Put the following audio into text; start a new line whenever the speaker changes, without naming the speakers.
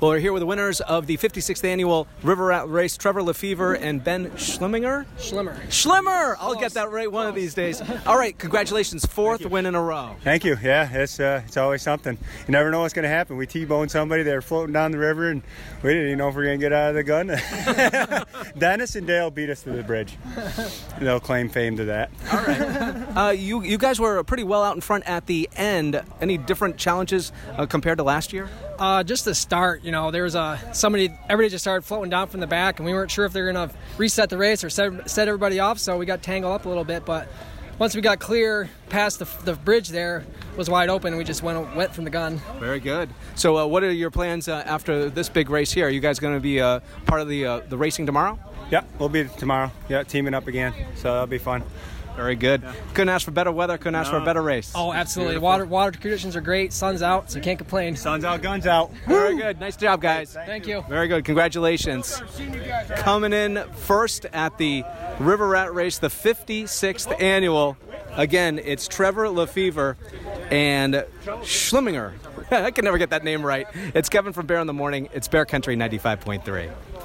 Well, we're here with the winners of the 56th annual River Rat Race, Trevor Lefevre and Ben Schlimminger.
Schlimmer.
Schlimmer! I'll get that right one of these days. All right, congratulations. Fourth win in a row.
Thank you. Yeah, it's uh, it's always something. You never know what's going to happen. We T-boned somebody. They were floating down the river, and we didn't even know if we were going to get out of the gun. Dennis and Dale beat us to the bridge. They'll claim fame to that.
All right. Uh, you, you guys were pretty well out in front at the end. Any different challenges uh, compared to last year?
Uh, just the start, you know, there was uh, somebody, everybody just started floating down from the back, and we weren't sure if they were going to reset the race or set, set everybody off, so we got tangled up a little bit. But once we got clear past the, the bridge there, was wide open, and we just went, went from the gun.
Very good. So, uh, what are your plans uh, after this big race here? Are you guys going to be uh, part of the, uh, the racing tomorrow?
Yep, we'll be tomorrow. Yeah, teaming up again. So that'll be fun.
Very good. Couldn't ask for better weather, couldn't ask for a better race.
Oh, absolutely. Water, water conditions are great, sun's out, so you can't complain.
Sun's out, guns out.
Very good. Nice job, guys.
Thank you.
Very good. Congratulations. Coming in first at the River Rat Race, the 56th annual. Again, it's Trevor Lefevre and Schlimminger. I can never get that name right. It's Kevin from Bear in the Morning. It's Bear Country 95.3.